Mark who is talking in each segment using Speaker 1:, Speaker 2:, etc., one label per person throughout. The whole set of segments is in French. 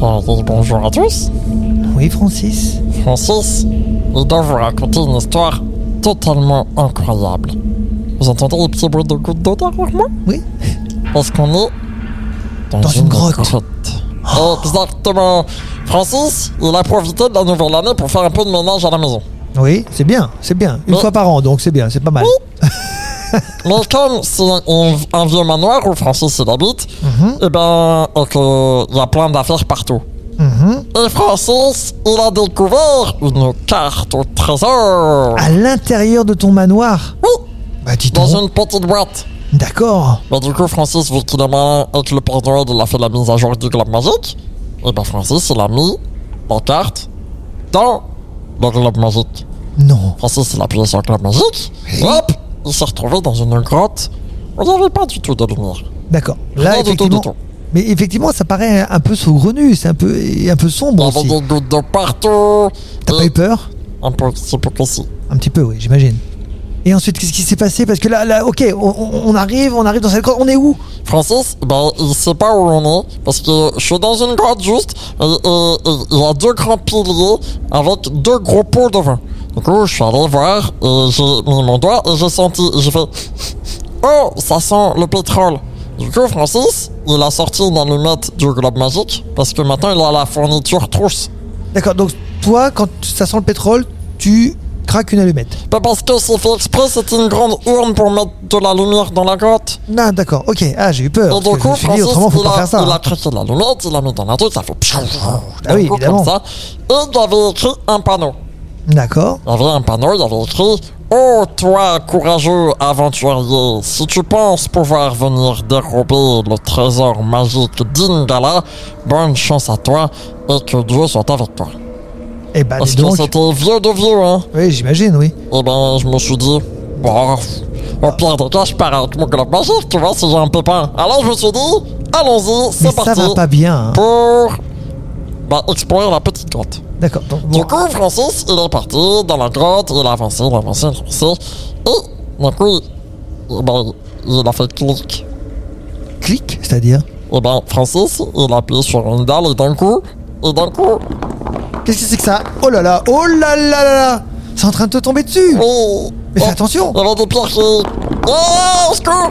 Speaker 1: On dit bonjour à tous.
Speaker 2: Oui, Francis
Speaker 1: Francis, il doit vous raconter une histoire totalement incroyable. Vous entendez les petits bruits de gouttes d'eau derrière moi
Speaker 2: Oui
Speaker 1: Parce qu'on est dans,
Speaker 2: Dans une grotte.
Speaker 1: Exactement. Francis, il a profité de la nouvelle année pour faire un peu de ménage à la maison.
Speaker 2: Oui, c'est bien, c'est bien. Une
Speaker 1: Bon.
Speaker 2: fois par an, donc c'est bien, c'est pas mal.
Speaker 1: Mais comme c'est un, un vieux manoir où Francis il habite, et ben, et que il y a plein d'affaires partout.
Speaker 2: Mhm.
Speaker 1: Et Francis, il a découvert une carte au trésor.
Speaker 2: À l'intérieur de ton manoir
Speaker 1: Oui,
Speaker 2: Bah dis
Speaker 1: dans
Speaker 2: donc.
Speaker 1: une petite boîte.
Speaker 2: D'accord.
Speaker 1: Mais du coup, Francis, vu qu'il est malin et que le Père Noël il a fait la mise à jour du globe magique, et ben Francis, il a mis la carte dans le globe magique.
Speaker 2: Non.
Speaker 1: Francis, il a appuyé sur le globe magique, et hop, il s'est retrouvé dans une grotte où il n'y avait pas du tout de lumière.
Speaker 2: D'accord. Là,
Speaker 1: Rien du tout, du
Speaker 2: effectivement.
Speaker 1: tout.
Speaker 2: Mais effectivement, ça paraît un peu saugrenu, c'est un peu, et un peu
Speaker 1: Il y
Speaker 2: sombre
Speaker 1: avait
Speaker 2: aussi.
Speaker 1: des gouttes de partout.
Speaker 2: T'as pas eu peur
Speaker 1: Un peu, si peu que si.
Speaker 2: Un petit peu, oui, j'imagine. Et ensuite, qu'est-ce qui s'est passé Parce que là, là, ok, on, on- on arrive, on arrive dans cette grotte. On est où
Speaker 1: Francis, ben, il sait pas où on est, parce que je suis dans une grotte juste, et, et- et il y a deux grands piliers avec deux gros pots devant. Du coup, je suis allé voir, et j'ai mis mon doigt, et j'ai senti, j'ai fait Oh, ça sent le pétrole. Du coup, Francis, il a sorti une allumette du globe magique, parce que maintenant il a la fourniture trousse.
Speaker 2: D'accord. Donc toi, quand ça sent le pétrole, tu craques une allumette.
Speaker 1: Pas parce que c'est fait exprès, c'est une grande urne pour mettre de la lumière dans la grotte.
Speaker 2: Non, d'accord. Ok. Ah, j'ai eu peur.
Speaker 1: Et
Speaker 2: parce
Speaker 1: du
Speaker 2: que je
Speaker 1: coup,
Speaker 2: me suis dit,
Speaker 1: Francis,
Speaker 2: autrement, faut
Speaker 1: il
Speaker 2: pas
Speaker 1: a,
Speaker 2: faire ça.
Speaker 1: il a
Speaker 2: hein.
Speaker 1: craqué la lunette, il a mis dans la truc, ça fait.
Speaker 2: Ah oui,
Speaker 1: Un coup
Speaker 2: évidemment.
Speaker 1: Comme ça. Et il avait écrit un panneau.
Speaker 2: D'accord.
Speaker 1: Il y avait un panneau, il y avait écrit Oh, toi, courageux aventurier, si tu penses pouvoir venir dérober le trésor magique d'Ingala, bonne chance à toi et que Dieu soit avec toi.
Speaker 2: Eh ben,
Speaker 1: Parce
Speaker 2: dis
Speaker 1: que
Speaker 2: donc.
Speaker 1: c'était vieux de vieux, hein.
Speaker 2: Oui, j'imagine, oui.
Speaker 1: Et ben, je me suis dit, bon, au pire des cas, je pars avec mon globe magique, tu vois, si j'ai un pépin. Alors je me suis dit, allons-y,
Speaker 2: Mais
Speaker 1: c'est parti.
Speaker 2: ça va pas bien. hein.
Speaker 1: Pour bah, explorer la petite grotte.
Speaker 2: D'accord. Donc,
Speaker 1: Du
Speaker 2: bon,
Speaker 1: coup, Francis, il est parti dans la grotte, il a avancé, il a avancé, il a avancé. Et d'un coup, il, eh ben, il a fait clic.
Speaker 2: clic, c'est-à-dire.
Speaker 1: Et ben, Francis, il a appuyé sur une dalle et d'un coup, et d'un coup,
Speaker 2: Qu'est-ce que c'est que ça Oh là là, oh là là là là C'est en train de te tomber dessus
Speaker 1: oui.
Speaker 2: Mais fais attention
Speaker 1: Il y avait des pierres qui. Oh, au secours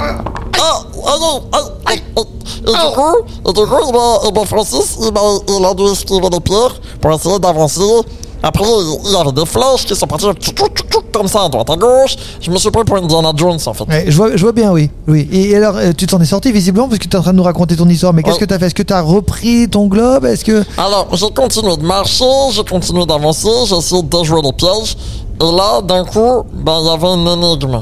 Speaker 1: Ah, ah non, ah, ah, ah. Et du
Speaker 2: Oh.
Speaker 1: coup, et du coup, il m'a- il m'a Francis, il m'a, il a dû esquiver les pierres pour essayer d'avancer. Après, il il y avait des flèches qui sont parties tchou, tchou, tchou, tchou, comme ça, à droite à gauche. Je me suis pris pour Indiana Jones, en fait.
Speaker 2: Ouais, je, vois, je vois bien, oui. oui. Et et alors, euh, tu t'en es sorti visiblement parce que tu es en train de nous raconter ton histoire. Mais qu'est-ce
Speaker 1: Oh.
Speaker 2: que tu as fait Est-ce que tu as repris ton globe Est-ce que.
Speaker 1: Alors, j'ai continué de marcher, j'ai continué d'avancer, j'ai essayé de déjouer les pièges. Et là, d'un coup, ben, il y avait une énigme.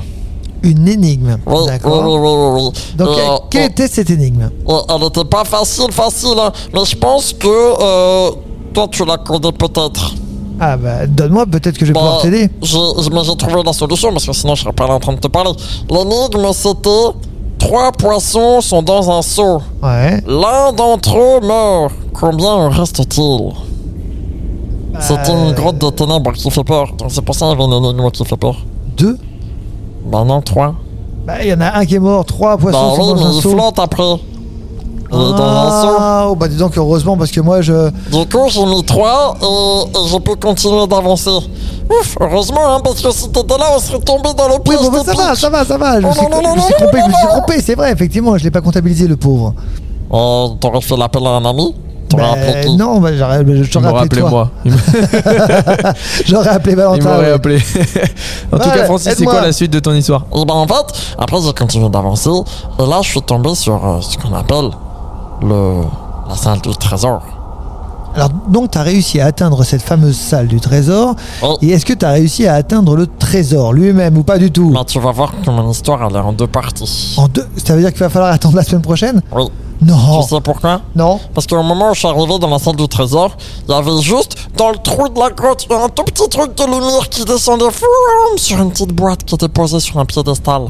Speaker 2: Une énigme.
Speaker 1: Oui, oui, oui,
Speaker 2: D'accord.
Speaker 1: oui, oui, oui.
Speaker 2: Donc,
Speaker 1: Et,
Speaker 2: euh,
Speaker 1: euh,
Speaker 2: quelle
Speaker 1: on-
Speaker 2: était cette énigme
Speaker 1: Ouais, elle n'était pas facile, facile, hein. mais je pense que euh, toi tu la connais peut-être.
Speaker 2: Ah bah, donne-moi, peut-être que je vais
Speaker 1: Bah,
Speaker 2: pouvoir t'aider.
Speaker 1: j'ai- mais j'ai trouvé la solution parce que sinon je serais pas là en train de te parler. L'énigme c'était trois poissons sont dans un seau.
Speaker 2: Ouais.
Speaker 1: L'un d'entre eux meurt. Combien en reste-t-il C'est une
Speaker 2: Euh,
Speaker 1: grotte de ténèbres qui fait peur. Donc c'est pour ça qu'il y avait une énigme qui fait peur.
Speaker 2: Deux
Speaker 1: Bah non, trois.
Speaker 2: Bah, il y en a un qui est mort, trois
Speaker 1: Bah
Speaker 2: poissons
Speaker 1: oui,
Speaker 2: sont
Speaker 1: mais
Speaker 2: dans un
Speaker 1: il
Speaker 2: seau.
Speaker 1: flotte après. Il est dans un seau.
Speaker 2: Ah, oh, bah dis donc, heureusement, parce que moi, je.
Speaker 1: Du coup, j'ai mis 3 et, et j'ai pu continuer d'avancer. Ouf, heureusement, hein, parce que si t'étais là, on serait tombé dans le
Speaker 2: Oui,
Speaker 1: piège
Speaker 2: bon, bah,
Speaker 1: des
Speaker 2: ça va,
Speaker 1: pics.
Speaker 2: ça va, ça va. Je me
Speaker 1: Oh,
Speaker 2: suis,
Speaker 1: non, non,
Speaker 2: je me
Speaker 1: non,
Speaker 2: suis trompé, je me suis
Speaker 1: non, non.
Speaker 2: trompé, c'est vrai, effectivement, je l'ai pas comptabilisé, le pauvre.
Speaker 1: Euh, t'aurais fait l'appel à un ami T'aurais
Speaker 2: Bah,
Speaker 1: appelé qui
Speaker 2: non, bah, j'aurais- je
Speaker 3: Il
Speaker 2: t'aurais
Speaker 3: m'aurait
Speaker 2: appelé,
Speaker 3: appelé
Speaker 2: toi.
Speaker 3: moi. Il m'a-
Speaker 2: J'aurais appelé
Speaker 3: il
Speaker 2: Valentin.
Speaker 3: m'aurait
Speaker 2: ouais.
Speaker 3: appelé. en tout
Speaker 2: Ouais,
Speaker 3: cas, Francis, c'est
Speaker 2: aide-moi.
Speaker 3: quoi la suite de ton histoire
Speaker 1: Et ben en fait, après j'ai continué d'avancer et là je suis tombé sur euh, ce qu'on appelle le la salle du trésor.
Speaker 2: Alors, donc, tu as réussi à atteindre cette fameuse salle du trésor.
Speaker 1: Oh.
Speaker 2: Et est-ce que tu as réussi à atteindre le trésor lui-même ou pas du tout
Speaker 1: Là Ben, tu vas voir que mon histoire elle est en deux parties.
Speaker 2: En deux Ça veut dire qu'il va falloir attendre la semaine prochaine
Speaker 1: Oui.
Speaker 2: Non.
Speaker 1: Tu sais pourquoi
Speaker 2: Non.
Speaker 1: Parce qu'au moment où je suis arrivé dans la salle du trésor, il y avait juste dans le trou de la grotte un tout petit truc de lumière qui descendait froum sur une petite boîte qui était posée sur un piédestal.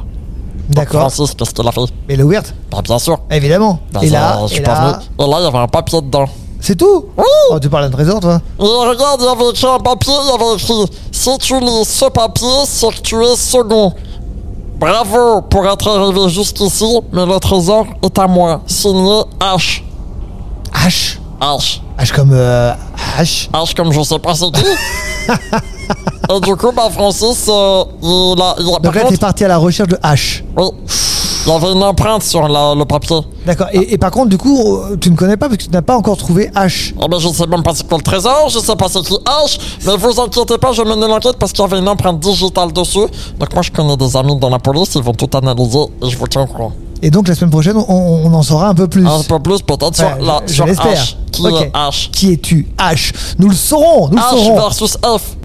Speaker 2: D'accord.
Speaker 1: Francis, qu'est-ce qu'il a fait
Speaker 2: Mais elle est ouverte
Speaker 1: Bah bien sûr.
Speaker 2: Évidemment.
Speaker 1: Bah,
Speaker 2: et
Speaker 1: ça,
Speaker 2: là,
Speaker 1: je suis
Speaker 2: et
Speaker 1: pas
Speaker 2: là,
Speaker 1: venu. Et là, il y avait un papier dedans.
Speaker 2: c'est tout Oh, tu parles d'un trésor, toi
Speaker 1: Et regarde, il y avait écrit un papier, il y avait écrit Si tu lis ce papier, c'est que tu es second. Bravo pour être arrivé jusqu'ici, mais le trésor est à moi. Signé H.
Speaker 2: H.
Speaker 1: H.
Speaker 2: H comme euh, H.
Speaker 1: H comme je sais pas c'est qui. Et du coup, bah, Francis, euh, il a. il a-
Speaker 2: Donc
Speaker 1: par
Speaker 2: là, t'es
Speaker 1: contre,
Speaker 2: parti à la recherche de H.
Speaker 1: oui, il y avait une empreinte sur la- le papier.
Speaker 2: D'accord. Et, et par contre, du coup, euh, tu ne connais pas parce que tu n'as pas encore trouvé H.
Speaker 1: Ah ben je sais même pas c'est quoi le trésor, je sais pas c'est qui H, mais vous inquiétez pas, je mène l'enquête parce qu'il y avait une empreinte digitale dessus. Donc moi je connais des amis dans la police, ils vont tout analyser et je vous tiens au courant.
Speaker 2: Et donc, la semaine prochaine, on, on en saura un peu plus.
Speaker 1: Un peu plus peut-être Ah, sur,
Speaker 2: Ouais,
Speaker 1: la,
Speaker 2: je- je
Speaker 1: sur
Speaker 2: l'espère.
Speaker 1: H. Qui
Speaker 2: Ok.
Speaker 1: est H
Speaker 2: Qui es-tu H. Nous le saurons. Nous le
Speaker 1: H
Speaker 2: saurons.
Speaker 1: versus F.